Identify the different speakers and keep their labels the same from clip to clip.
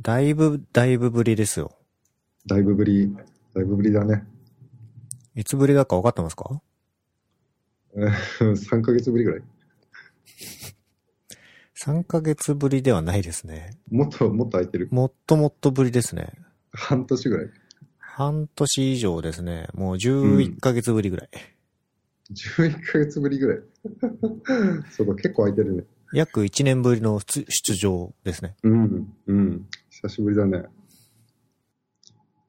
Speaker 1: だいぶ、だいぶぶりですよ。
Speaker 2: だいぶぶり、だいぶぶりだね。
Speaker 1: いつぶりだか分かってますか
Speaker 2: 3ヶ月ぶりぐらい。
Speaker 1: ?3 ヶ月ぶりではないですね。
Speaker 2: もっと、もっと空いてる。
Speaker 1: もっともっとぶりですね。
Speaker 2: 半年ぐらい。
Speaker 1: 半年以上ですね。もう
Speaker 2: うん
Speaker 1: 11ヶ月ぶりぐらい。
Speaker 2: 11ヶ月ぶりぐらい。そうだ、結構空いて るね。
Speaker 1: 約1年ぶりの出出場ですね。
Speaker 2: うん、うん。久しぶりだね。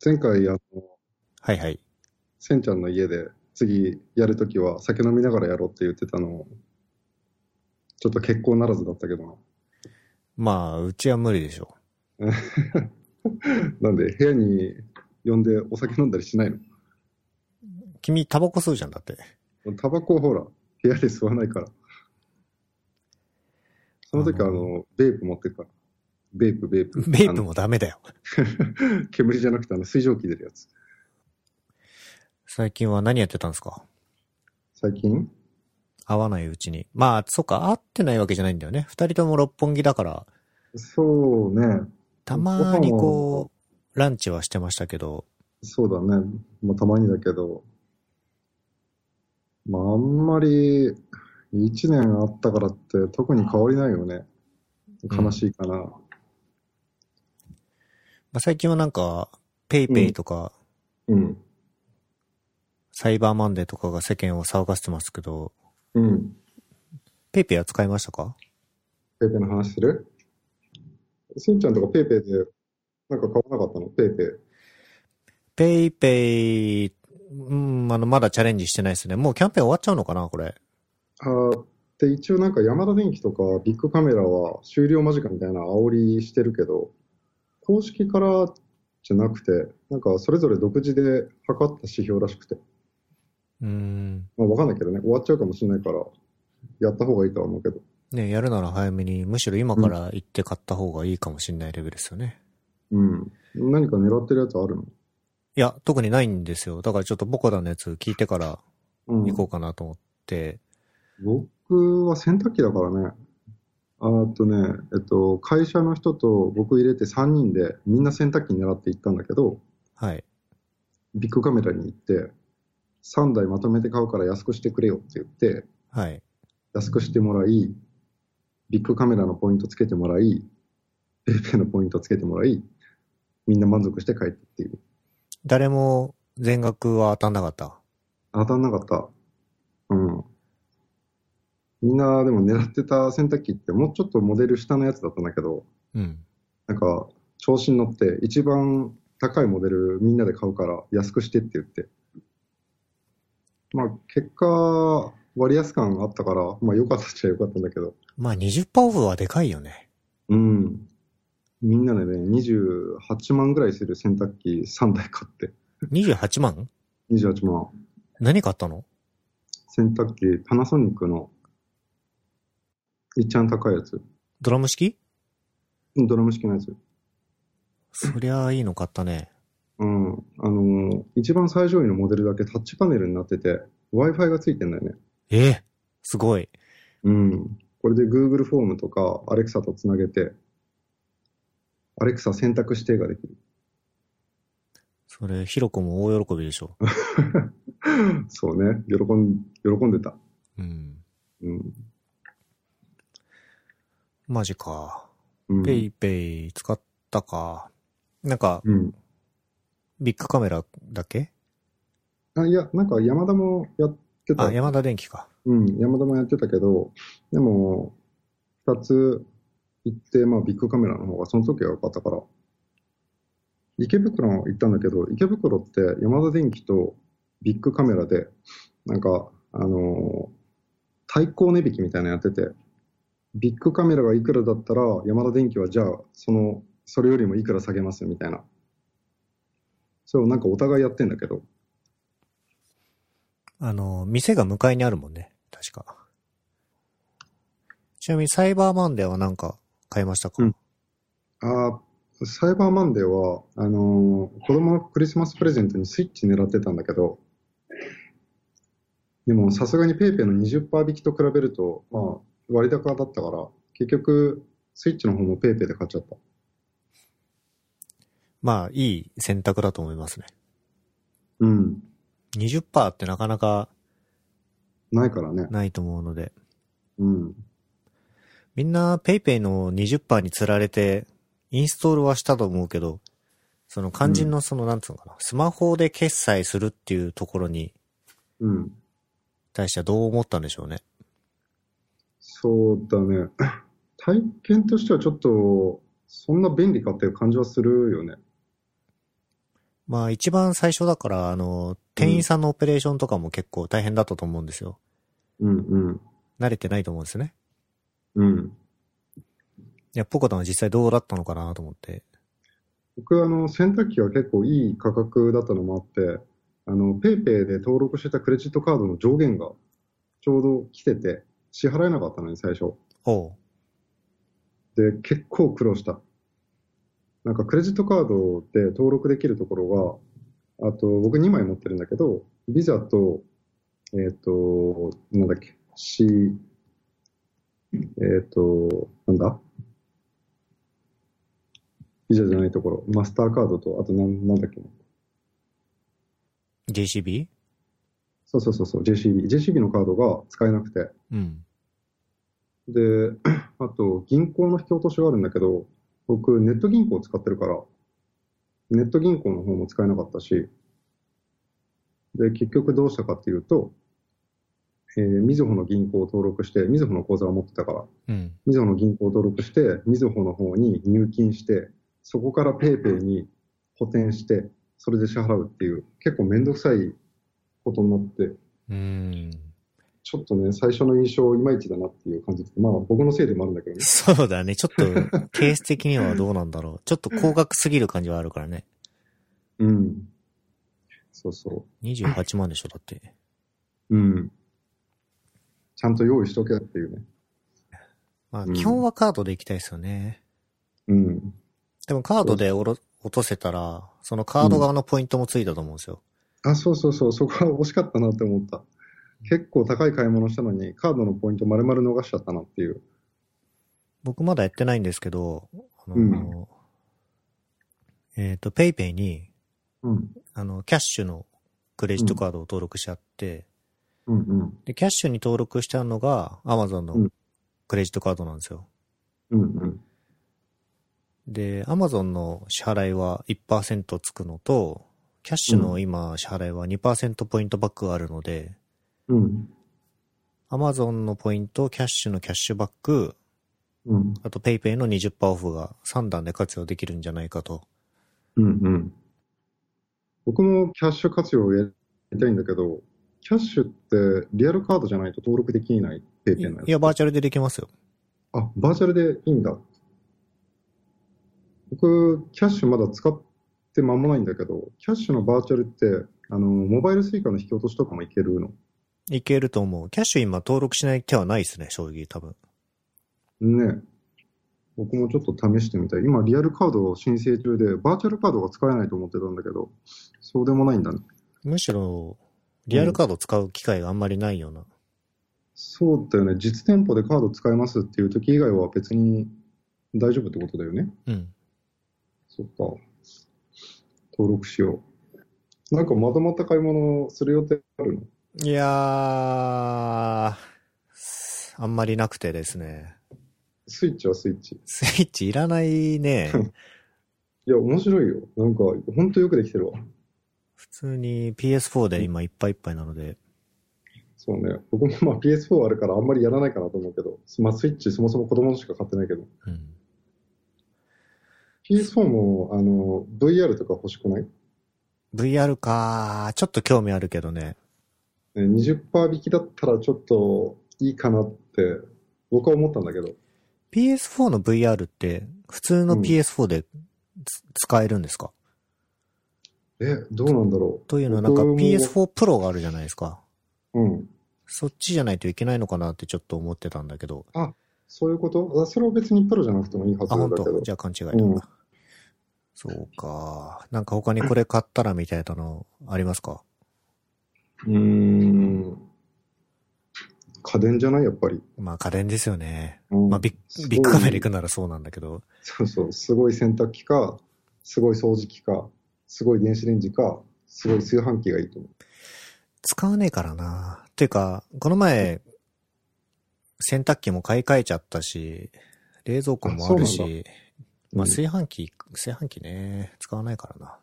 Speaker 2: 前回、あの、
Speaker 1: はいはい。
Speaker 2: せんちゃんの家で次やるときは酒飲みながらやろうって言ってたのちょっと結構ならずだったけどな。
Speaker 1: まあ、うちは無理でしょ
Speaker 2: なんで部屋に呼んでお酒飲んだりしないの
Speaker 1: う。君、タバコ吸うじゃんだって。
Speaker 2: タバコをほら、部屋で吸わないから。その時はあの、ベープ持ってくから。ベープ、ベープ。
Speaker 1: ベイ
Speaker 2: あ
Speaker 1: プ
Speaker 2: の
Speaker 1: もダメだよ。
Speaker 2: 煙じゃなくてあの水蒸気出るやつ。
Speaker 1: 最近は何やってたんですか
Speaker 2: 最近
Speaker 1: 会わないうちに。まあ、そっか、会ってないわけじゃないんだよね。二人とも六本木だから、
Speaker 2: そうね。
Speaker 1: たまーにこう、ランチはしてましたけど、
Speaker 2: そうだね。まあ、たまにだけど。まあ、あんまり、一年あったからって特に変わりないよね。悲しいかな。
Speaker 1: まあ、最近はなんか、ペイペイとか、
Speaker 2: うん。
Speaker 1: サイバーマンデーとかが世間を騒がせてますけど、
Speaker 2: うん。
Speaker 1: ペイペイは使いましたか
Speaker 2: ペイペイの話するしんちゃんとかペイペイで、なんか買わなかったのペイペイ。
Speaker 1: ペイペイ、うん、あの、まだチャレンジしてないですね。もうキャンペーン終わっちゃうのかなこれ。
Speaker 2: あーで、一応なんか山田電機とかビッグカメラは終了間近みたいな煽りしてるけど、公式からじゃなくて、なんかそれぞれ独自で測った指標らしくて。
Speaker 1: うん。
Speaker 2: まあ、わかんないけどね、終わっちゃうかもしれないから、やった方がいいとは思うけど。
Speaker 1: ねやるなら早めに、むしろ今から行って買った方がいいかもしれないレベルですよね。
Speaker 2: うん。何か狙ってるやつあるの
Speaker 1: いや、特にないんですよ。だからちょっとボコダのやつ聞いてから
Speaker 2: うん
Speaker 1: 行こうかなと思って。
Speaker 2: 僕は洗濯機だからね、あーっとね、えっと、会社の人と僕入れて3人で、みんな洗濯機狙って行ったんだけど、
Speaker 1: はい。
Speaker 2: ビッグカメラに行って、3台まとめて買うから安くしてくれよって言って、
Speaker 1: はい。
Speaker 2: 安くしてもらい、ビッグカメラのポイントつけてもらい、ペイペイのポイントつけてもらい、みんな満足して帰ってっていう。
Speaker 1: 誰も全額は当たんなかった。
Speaker 2: 当たんなかった。うん。みんなでも狙ってた洗濯機ってもうちょっとモデル下のやつだったんだけど、
Speaker 1: うん。
Speaker 2: なんか調子に乗って一番高いモデルみんなで買うから安くしてって言って。まあ結果割安感があったから、まあ良かったっちゃ良かったんだけど、
Speaker 1: まあ20%オフはでかいよね。
Speaker 2: うん。みんなでね、28万ぐらいする洗濯機3台買って、
Speaker 1: 28万
Speaker 2: 28万。
Speaker 1: 何買ったの
Speaker 2: 洗濯機、パナソニックの、いっちゃん高いやつ。
Speaker 1: ドラム式
Speaker 2: うんドラム式のやつ。
Speaker 1: そりゃあいいの買ったね。
Speaker 2: うん。あのー一番最上位のモデルだけタッチパネルになってて、Wi-Fi がついてんだよね。
Speaker 1: ええすごい。
Speaker 2: うん。これで Google フォームとか Alexa とつなげて、Alexa 選択指定が できる。
Speaker 1: それ、ヒロコも大喜びでしょ。
Speaker 2: そうね。喜ん、喜んでた。
Speaker 1: うん。
Speaker 2: うん。
Speaker 1: マジか。
Speaker 2: うん。
Speaker 1: ペイペイ使ったか。なんか、
Speaker 2: うん。
Speaker 1: ビッグカメラだっけ
Speaker 2: あ、いや、なんか山田もやってた
Speaker 1: あ、。山田電機か。
Speaker 2: うん、山田もやってたけど、でも、二つ行って、まあ、ビッグカメラの方がその時は良かったから、池袋も行ったんだけど、池袋って山田電機とビッグカメラで、なんか、あのー対抗値引きみたいなのやってて、ビッグカメラがいくらだったら、山田電機はじゃあ、その、それよりもいくら下げますみたいな。それをなんかお互いやってんだけど、
Speaker 1: あの、店が向かいにあるもんね。確か。ちなみにサイバーマンデーはなんか買いましたか、
Speaker 2: うんあーサイバーマンデーは、あのー子供のクリスマスプレゼントにスイッチ狙ってたんだけど、でもさすがにペイペイの20%引きと比べると、まあ、割高だったから、結局、スイッチの方もペイペイで買っちゃった。
Speaker 1: まあ、いい選択だと思いますね。
Speaker 2: うん。
Speaker 1: 20%ってなかなか
Speaker 2: ないからね。
Speaker 1: ないと思うので。
Speaker 2: うん。
Speaker 1: みんな PayPay の20%に釣られて、インストールはしたと思うけど、その肝心のその、なんつうのかな、スマホで決済するっていうところに
Speaker 2: うん。
Speaker 1: 対してはどう思ったんでしょうね。
Speaker 2: そうだね。 体験としてはちょっと、そんな便利かっていう感じはするよね。
Speaker 1: まあ一番最初だから、あの、店員さんのオペレーションとかも結構大変だったと思うんですよ。
Speaker 2: うんうん。
Speaker 1: 慣れてないと思うんですよね。
Speaker 2: うん。
Speaker 1: いや、ポコタンは実際どうだったのかなと思って。
Speaker 2: 僕、あの、洗濯機が結構いい価格だったのもあって、あの、ペイペイで登録してたクレジットカードの上限がちょうど来てて、支払えなかったのに最初。
Speaker 1: おう。
Speaker 2: で、結構苦労した。なんかクレジットカードで登録できるところが、あと僕2枚持ってるんだけど、ビザと、えっ、と、なんだっけ、C、えっ、と、なんだビザじゃないところ、マスターカードと、あとなんなんだっけ、
Speaker 1: JCB?
Speaker 2: そうそうそうそう、JCB。JCB のカードが使えなくて。
Speaker 1: うん。
Speaker 2: で、 あと、銀行の引き落としがあるんだけど、僕、ネット銀行を使ってるから、ネット銀行の方も使えなかったし、で、結局どうしたかっていうと、えー、みずほの銀行を登録して、みずほの口座を持ってたから、
Speaker 1: うん。
Speaker 2: みずほの銀行を登録して、みずほの方に入金して、そこからペイペイに補填して、それで支払うっていう、結構めんどくさいことになって、
Speaker 1: うーん。
Speaker 2: ちょっとね、最初の印象いまいちだなっていう感じです。まあ、僕のせいでもあるんだけどね。
Speaker 1: そうだね。ちょっと、ケース的にはどうなんだろう。ちょっと高額すぎる感じはあるからね。
Speaker 2: うん。そうそ
Speaker 1: 28万でしょ、だって。
Speaker 2: う。うん。ちゃんと用意しとけっていうね。
Speaker 1: まあ、
Speaker 2: うん
Speaker 1: 基本はカードで行きたいですよね。
Speaker 2: うん。
Speaker 1: でもカードでおろ落とせたら、そのカード側のポイントもついたと思うんですよ。
Speaker 2: あ、そうそうそう、そこは惜しかったなって思った。結構高い買い物したのに、カードのポイント丸々逃しちゃったなっていう。
Speaker 1: 僕まだやってないんですけど、あのーえっ、と、ペイペイに、
Speaker 2: うん。
Speaker 1: あの、キャッシュのクレジットカードを登録しちゃって、
Speaker 2: うんうん。
Speaker 1: で、キャッシュに登録してあるのが Amazon
Speaker 2: う
Speaker 1: の
Speaker 2: ん
Speaker 1: クレジットカードなんですよ。
Speaker 2: うんうん。
Speaker 1: で、Amazon の支払いは1%つくのと、キャッシュの今支払いは2%ポイントバックがあるので、
Speaker 2: うん。
Speaker 1: アマゾンのポイント、キャッシュのキャッシュバック、
Speaker 2: うん。
Speaker 1: あと PayPay ペイペイの20%オフが3段で活用できるんじゃないかと。
Speaker 2: うんうん。僕もキャッシュ活用をやりたいんだけど、キャッシュってリアルカードじゃないと登録できないペイペイのやつ
Speaker 1: いや、バーチャルでできますよ。
Speaker 2: あ、バーチャルでいいんだ。僕、キャッシュまだ使って間もないんだけど、キャッシュのバーチャルって、あの、モバイルスイカの引き落としとかもいけるの。
Speaker 1: いけると思う。キャッシュ今登録しない手はないですね、正直多分。
Speaker 2: ね僕もちょっと試してみたい。今、リアルカードを申請中で、バーチャルカードが使えないと思ってたんだけど、そうでもないんだね。
Speaker 1: むしろ、リアルカード使う機会があんまりないような。
Speaker 2: そうだよね。実店舗でカード使えますっていう時以外は別に大丈夫ってことだよね。
Speaker 1: うん。
Speaker 2: そっか。登録しよう。なんかまとまった買い物する予定あるの
Speaker 1: いやー、あんまりなくてですね。
Speaker 2: スイッチはスイッチ。
Speaker 1: スイッチいらない ね。
Speaker 2: いや、面白いよ。なんか、ほんとよくできてるわ。
Speaker 1: 普通に PS4 で今いっぱいいっぱいなので。
Speaker 2: そうね。僕もまあ PS4 あるからあんまりやらないかなと思うけど、まあスイッチそもそも子供のしか買ってないけど、
Speaker 1: うん。
Speaker 2: PS4 も、あの、VR とか欲しくない、ね、
Speaker 1: VR かー、ちょっと興味あるけどね。
Speaker 2: ?20% 引きだったらちょっといいかなって、僕は思ったんだけど、
Speaker 1: PS4 の VR って普通の PS4 でつ、使えるんですか
Speaker 2: え、どうなんだろう。
Speaker 1: というのはなんか
Speaker 2: 僕も
Speaker 1: PS4 Pro があるじゃないですか。
Speaker 2: うん。
Speaker 1: そっちじゃないといけないのかなってちょっと思ってたんだけど。
Speaker 2: そういうことあそれは別にプロじゃなくてもいいはず
Speaker 1: あ、
Speaker 2: な
Speaker 1: 本
Speaker 2: んだけど
Speaker 1: 当。じゃあ勘違いだ、
Speaker 2: うん
Speaker 1: そうか。なんか他にこれ買ったらみたいなのありますか
Speaker 2: うーん。家電じゃないやっぱり。
Speaker 1: まあ家電ですよね。
Speaker 2: うん
Speaker 1: まあビッ
Speaker 2: すごい
Speaker 1: ビッグカメラ行くならそうなんだけど。
Speaker 2: そうそう、すごい洗濯機か、すごい掃除機か、すごい電子レンジか、すごい炊飯器がいいと思う。
Speaker 1: 使わねえからな。てか、この前、洗濯機も買い替えちゃったし、冷蔵庫もある
Speaker 2: あそう
Speaker 1: し、まあ
Speaker 2: うん
Speaker 1: 炊飯器、炊飯器ね、使わないからな。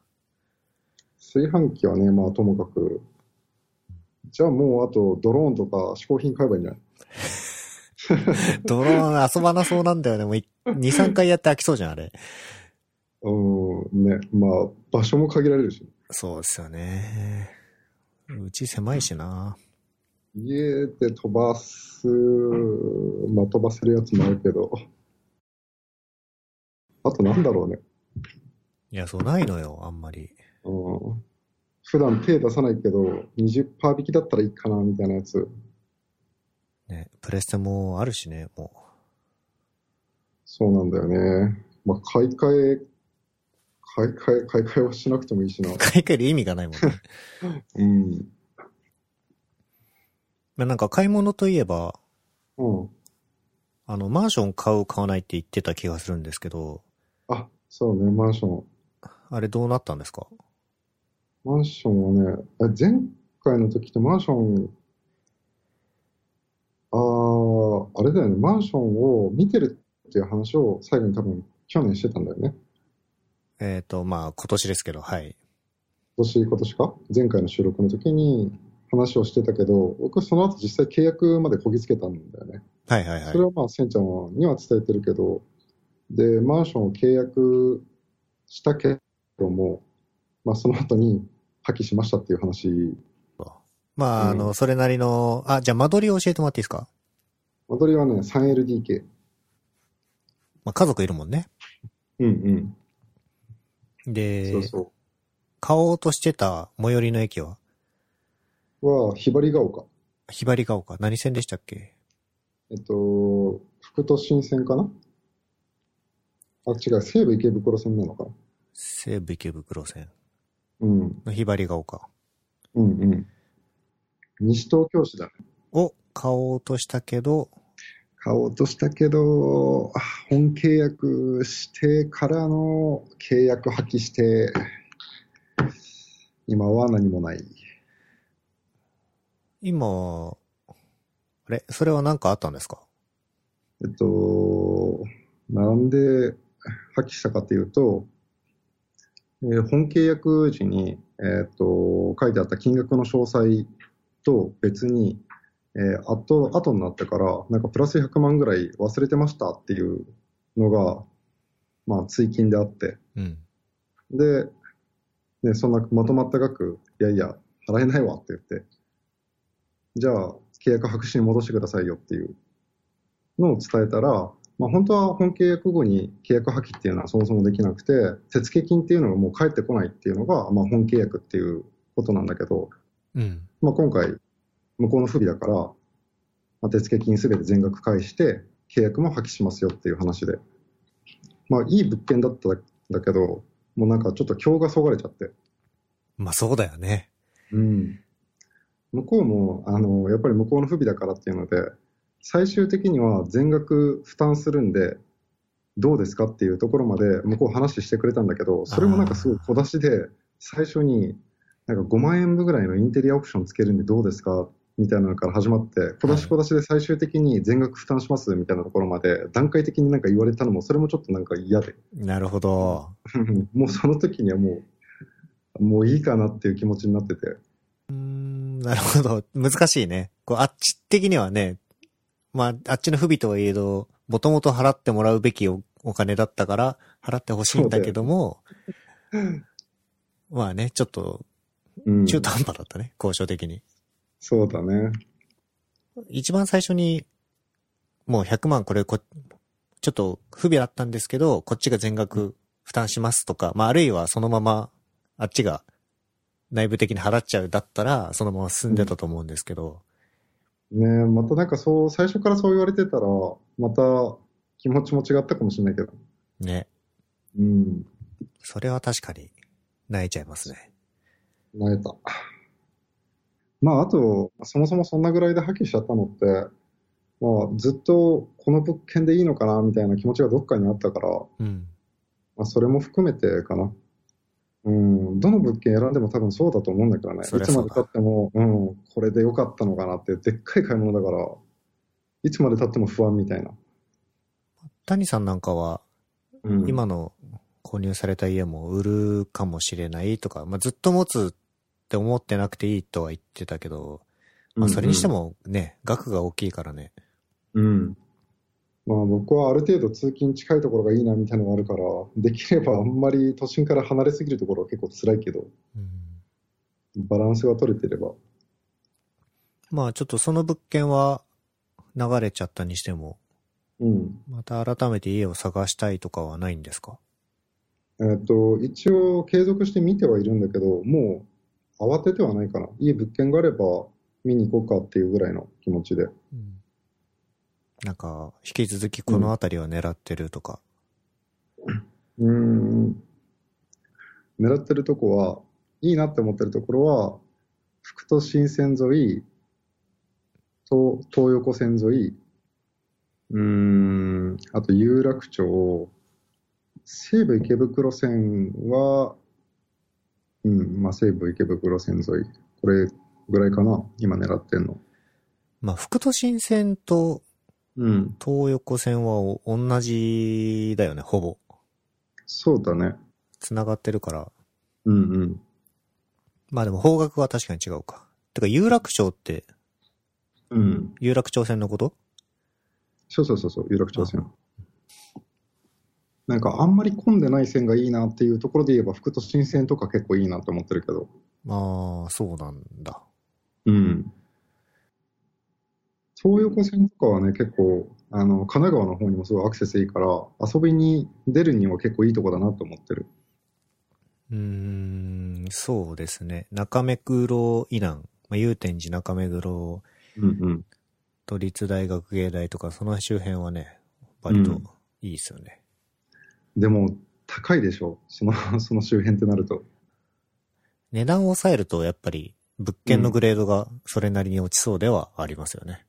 Speaker 2: 炊飯器はね、まあともかく、じゃあもうあとドローンとか嗜好品買えばいいんじゃない
Speaker 1: ドローン遊ばなそうなんだよね。もうい2、3回やって飽きそうじゃん、あれ。
Speaker 2: うーん、ね、まあ場所も限られるし、
Speaker 1: そうですよね。うち狭いしな。
Speaker 2: 家で飛ばす、まあ飛ばせるやつもあるけど、あとなんだろうね、
Speaker 1: いや、そうないのよ、あんまり。
Speaker 2: うん、普段手出さないけど、20%引きだったらいいかなみたいなやつ。
Speaker 1: ね、プレステもあるしね、も
Speaker 2: そうなんだよね。まあ、買い替え、買い替え、買い替えはしなくてもいいしな
Speaker 1: う。。 買い替える意味がないもん ね。
Speaker 2: うん。
Speaker 1: まあなんか買い物といえば、
Speaker 2: うん。
Speaker 1: あの、マンション買う、買わないって言ってた気がするんですけど、
Speaker 2: あ、そうね、マンション。
Speaker 1: あれどうなったんですか
Speaker 2: マンションはね、あ前回の時ってマンション、ああ、あれだよね、マンションを見てるっていう話を最後に多分去年してたんだよね。
Speaker 1: えっ、と、まあ、今年ですけど、はい。
Speaker 2: 今年、今年か前回の収録の時に話をしてたけど、僕その後実際契約までこぎつけたんだよね。
Speaker 1: はいはいはい
Speaker 2: それ。はまあ、せんちゃんには伝えてるけど、で、マンションを契約したけども、まあ、その後に破棄しましたっていう話、
Speaker 1: まあ、あ
Speaker 2: う
Speaker 1: の、それなりの、あ、じゃあ間取りを教えてもらっていいですか
Speaker 2: 間取りはね、3LDK。
Speaker 1: まあ、家族いるもんね。
Speaker 2: うん
Speaker 1: で、
Speaker 2: そうそ
Speaker 1: 買おうとしてた最寄りの駅は、
Speaker 2: う。は、ひばりが丘。
Speaker 1: ひばりが丘、何線でしたっけ
Speaker 2: えっと、副都心線かなあ、違う、西武池袋線なのかな
Speaker 1: 西武池袋線
Speaker 2: うん。
Speaker 1: のひばりが丘。
Speaker 2: うんうん。西東京市だね。
Speaker 1: を買おうとしたけど、
Speaker 2: 買おうとしたけど、あ本契約してからの契約破棄して、今は何もない。
Speaker 1: 今、あれそれは何かあったんですか
Speaker 2: えっと、なんで破棄したかというと、えー本契約時に、えーっと書いてあった金額の詳細と別に、えー、後後になってから、なんかプラス100万ぐらい忘れてましたっていうのが、まあ、追金であって、
Speaker 1: うん。
Speaker 2: で、ね、そんなまとまった額、いやいや、払えないわって言って、じゃあ、契約白紙に戻してくださいよっていうのを伝えたら、まあ、本当は本契約後に契約破棄っていうのはそもそもできなくて、手付金っていうのがもう返ってこないっていうのが、まあ、本契約っていうことなんだけど、
Speaker 1: うん。
Speaker 2: まあ、今回、向こうの不備だから、まあ、手付金すべて全額返して、契約も破棄しますよっていう話で、まあ、いい物件だったんだけど、もうなんかちょっと票がそがれちゃって、
Speaker 1: まあ、そうだよね。
Speaker 2: うん、向こうもあのやっぱり向こうの不備だからっていうので、最終的には全額負担するんで、どうですかっていうところまで向こう話してくれたんだけど、それもなんかすごい小出しで、最初になんか5万円分ぐらいのインテリアオプションつけるんでどうですかみたいなのから始まって、小出し小出しで最終的に全額負担しますみたいなところまで、段階的になんか言われたのも、それもちょっとなんか 嫌で、
Speaker 1: なるほど。
Speaker 2: もうその時にはもう、もういいかなっていう気持ちになってて。
Speaker 1: うーん、なるほど。 難しいね。こう、あっち的にはね、まあ、あっちの不備とはいえど、もともと払ってもらうべきおお金だったから、払ってほしいんだけども、まあね、ちょっと、
Speaker 2: うん
Speaker 1: 中途半端だったね、交渉的に。
Speaker 2: そうだね。
Speaker 1: 一番最初に、もう100万これこ、ちょっと不備だったんですけど、こっちが全額負担しますとか、まあ、あるいはそのまま、あっちが内部的に払っちゃうだったら、そのまま進んでたと思うんですけど、
Speaker 2: ねえまたなんかそう、最初からそう言われてたら、また気持ちも違ったかもしれないけど。
Speaker 1: ね。
Speaker 2: うん。
Speaker 1: それは確かに、泣いちゃいますね。
Speaker 2: なえた。まあ、あと、そもそもそんなぐらいで破棄しちゃったのって、まあ、ずっとこの物件でいいのかなみたいな気持ちがどっかにあったから、
Speaker 1: うん。
Speaker 2: まあ、それも含めてかな。うん、どの物件選んでも多分そうだと思うんだけどね。いつ
Speaker 1: そり
Speaker 2: ま
Speaker 1: ゃそうだ
Speaker 2: で経っても、うん、これで良かったのかなって、でっかい買い物だから、いつまで経っても不安みたいな。
Speaker 1: 谷さんなんかは、
Speaker 2: うん、
Speaker 1: 今の購入された家も売るかもしれないとか、まあ、ずっと持つって思ってなくていいとは言ってたけど、まあ、それにしてもね、額が大きいからね。
Speaker 2: うん。まあ僕はある程度通勤近いところがいいなみたいなのがあるから、できればあんまり都心から離れすぎるところは結構辛いけど、
Speaker 1: うん、
Speaker 2: バランスが取れてれば。
Speaker 1: まあちょっとその物件は流れちゃったにしても、
Speaker 2: うん。
Speaker 1: また改めて家を探したいとかはないんですか
Speaker 2: えっと、一応継続して見てはいるんだけど、もう慌ててはないかな。いい物件があれば見に行こうかっていうぐらいの気持ちで。
Speaker 1: なんか、引き続きこの辺りは狙ってるとか。
Speaker 2: うーん。狙ってるとこは、いいなって思ってるところは、福都新線沿い、東東横線沿い、うーん、あと有楽町、西武池袋線は、うん、まあ西武池袋線沿い、これぐらいかな、今狙ってんの。
Speaker 1: まあ、副都心線と
Speaker 2: うん、
Speaker 1: 東横線はお同じだよね、ほぼ。
Speaker 2: そうだね。
Speaker 1: 繋がってるから。
Speaker 2: うんうん。
Speaker 1: まあでも方角は確かに違うか。てか、有楽町って、
Speaker 2: うん。
Speaker 1: 有楽町線のこと
Speaker 2: そうそうそうそう、有楽町線。なんかあんまり混んでない線がいいなっていうところで言えば、副都心線とか結構いいなと思ってるけど。
Speaker 1: ああ、そうなんだ。
Speaker 2: うん。東横線とかはね、結構、あの、神奈川の方にもすごいアクセスいいから、遊びに出るには結構いいとこだなと思ってる。
Speaker 1: うーん、そうですね。中目黒以南、まあ、祐天寺中目黒、
Speaker 2: うんうん。
Speaker 1: 都立大学芸大とか、その周辺はね、割といいですよね。
Speaker 2: でも、高いでしょその、その周辺ってなると。
Speaker 1: 値段を抑えると、やっぱり、物件のグレードがそれなりに落ちそうではありますよね。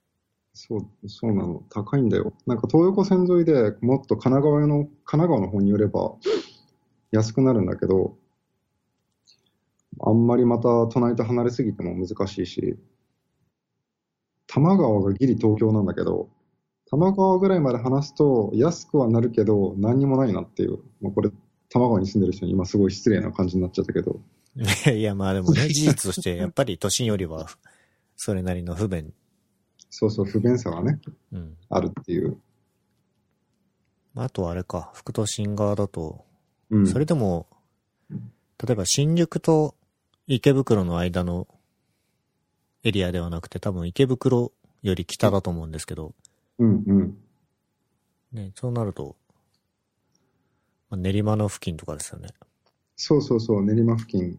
Speaker 2: そう、そうなの。高いんだよ。なんか東横線沿いでもっと神奈川の、神奈川の方に寄れば安くなるんだけど、あんまりまた都内と離れすぎても難しいし、多摩川がギリ東京なんだけど、多摩川ぐらいまで話すと安くはなるけど何にもないなっていう、まあ、これ多摩川に住んでる人に今すごい失礼な感じになっちゃったけど、
Speaker 1: いや、まあでもね、事実として、やっぱり都心よりは、それなりの不便。
Speaker 2: そうそう不便さがね、
Speaker 1: うん。
Speaker 2: あるっていう。
Speaker 1: まああとはあれか、副都心側だと、
Speaker 2: うん。
Speaker 1: それでも、例えば新宿と池袋の間のエリアではなくて、多分池袋より北だと思うんですけど、
Speaker 2: うんうん。
Speaker 1: ね、そうなると、まあ練馬の付近とかですよね。
Speaker 2: そうそうそう、練馬付近。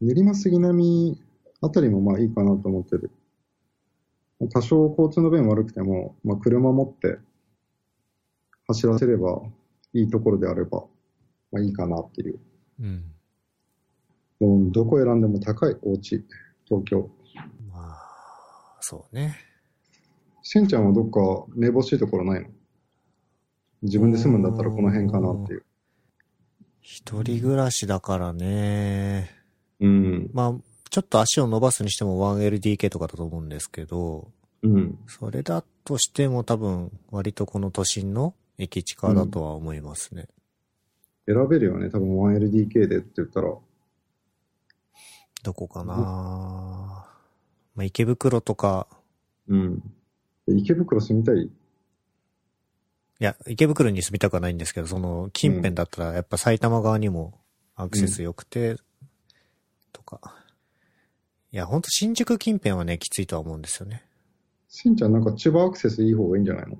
Speaker 2: 練馬杉並あたりもまあいいかなと思ってる。多少交通の便悪くても、まあ、車持って走らせれば、いいところであれば、まあいいかなっていう。
Speaker 1: うん。
Speaker 2: もうどこ選んでも高いお家、東京。
Speaker 1: まあ、そうね。
Speaker 2: しんちゃんはどっか目ぼしいところないの自分で住むんだったらこの辺かなっていう。
Speaker 1: 一人暮らしだからね。
Speaker 2: うん。
Speaker 1: まあ、ちょっと足を伸ばすにしても 1LDK とかだと思うんですけど、
Speaker 2: うん。
Speaker 1: それだとしても多分割とこの都心の駅地下だとは思いますね。
Speaker 2: 選べるよね。多分 1LDK でって言ったら。
Speaker 1: どこかな、
Speaker 2: うん
Speaker 1: まあ、池袋とか、
Speaker 2: うん。池袋住みたい
Speaker 1: いや、池袋に住みたくはないんですけど、その近辺だったらやっぱ埼玉側にもアクセス良くて、とか。いや、ほんと新宿近辺はね、きついとは思うんですよね。
Speaker 2: しんちゃんなんか千葉アクセスいい方がいいんじゃないの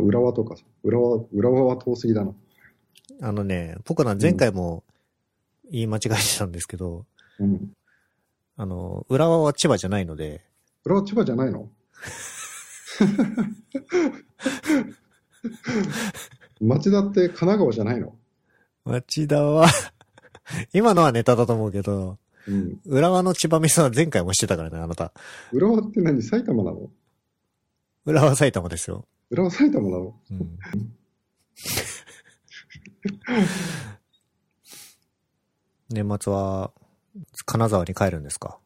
Speaker 2: 浦和とかさ。浦和、浦和は遠すぎだな。
Speaker 1: あのね、僕ら前回も言い間違えてたんですけど、
Speaker 2: うん。
Speaker 1: あの、浦和は千葉じゃないので、
Speaker 2: 浦和千葉じゃないの町田って神奈川じゃないの
Speaker 1: 町田は、 今のはネタだと思うけど、
Speaker 2: うん。
Speaker 1: 浦和の千葉ミスは前回もしてたからね、あなた。
Speaker 2: 浦和って何埼玉なの
Speaker 1: 浦和埼玉ですよ。
Speaker 2: 浦和埼玉なの
Speaker 1: うん 年末は、金沢に帰るんですか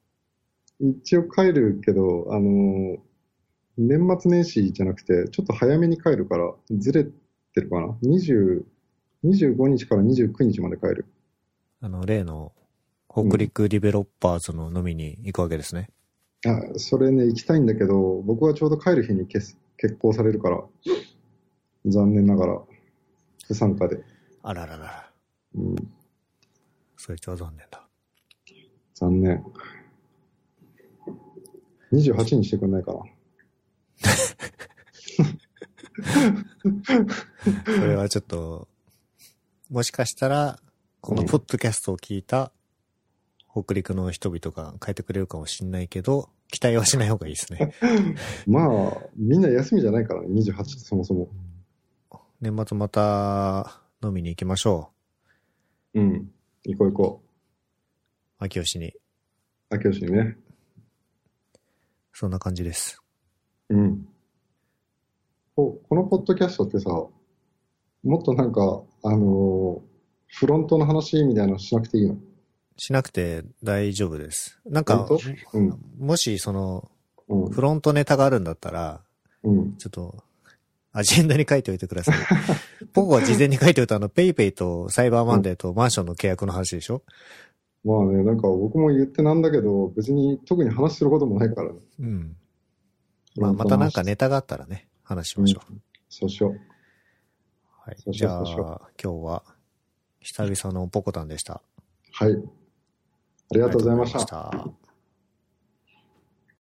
Speaker 2: 一応帰るけど、あのー年末年始じゃなくて、ちょっと早めに帰るから、ずれてるかな。20 25日から29日まで帰る。
Speaker 1: あの、例の、北陸ディベロッパーズの飲みに行くわけですね。
Speaker 2: あ、それね、行きたいんだけど、僕はちょうど帰る日に結結婚されるから、残念ながら、不参加で。
Speaker 1: あらららら。
Speaker 2: うん、
Speaker 1: それ一番残念だ。
Speaker 2: 残念。28にしてくんないかな。
Speaker 1: それはちょっと、もしかしたら、このポッドキャストを聞いた、北陸の人々が変えてくれるかもしんないけど、期待はしない方がいいです ね。
Speaker 2: まあ、みんな休みじゃないからね、28ってそもそも。
Speaker 1: 年末また、飲みに行きましょ
Speaker 2: うん。行こう行こ
Speaker 1: う。秋吉に。
Speaker 2: う。秋吉にね。
Speaker 1: そんな感じです。
Speaker 2: うん。ここのポッドキャストってさ、もっとなんか、あのーフロントの話みたいなのしなくていいの
Speaker 1: しなくて大丈夫です。なんか、
Speaker 2: 本当うん。
Speaker 1: もしその、
Speaker 2: うん。
Speaker 1: フロントネタがあるんだったら、
Speaker 2: うん。
Speaker 1: ちょっと、アジェンダに書いておいてくだ さい。僕は事前に書いておいたあの、ペイペイとサイバーマンデーとマンションの契約の話でしょ
Speaker 2: まあね、なんか僕も言ってなんだけど、別に特に話することもないからね。
Speaker 1: うん。まあ、またなんか。ネタがあったらね、話しましょう。
Speaker 2: そうしよう。
Speaker 1: はい。
Speaker 2: そうし
Speaker 1: じゃ
Speaker 2: よ
Speaker 1: あ、
Speaker 2: うそうしよう
Speaker 1: 今日は、久々のポコタンでした。
Speaker 2: はい。あり
Speaker 1: あ
Speaker 2: がとうございました。
Speaker 1: りがとうございました。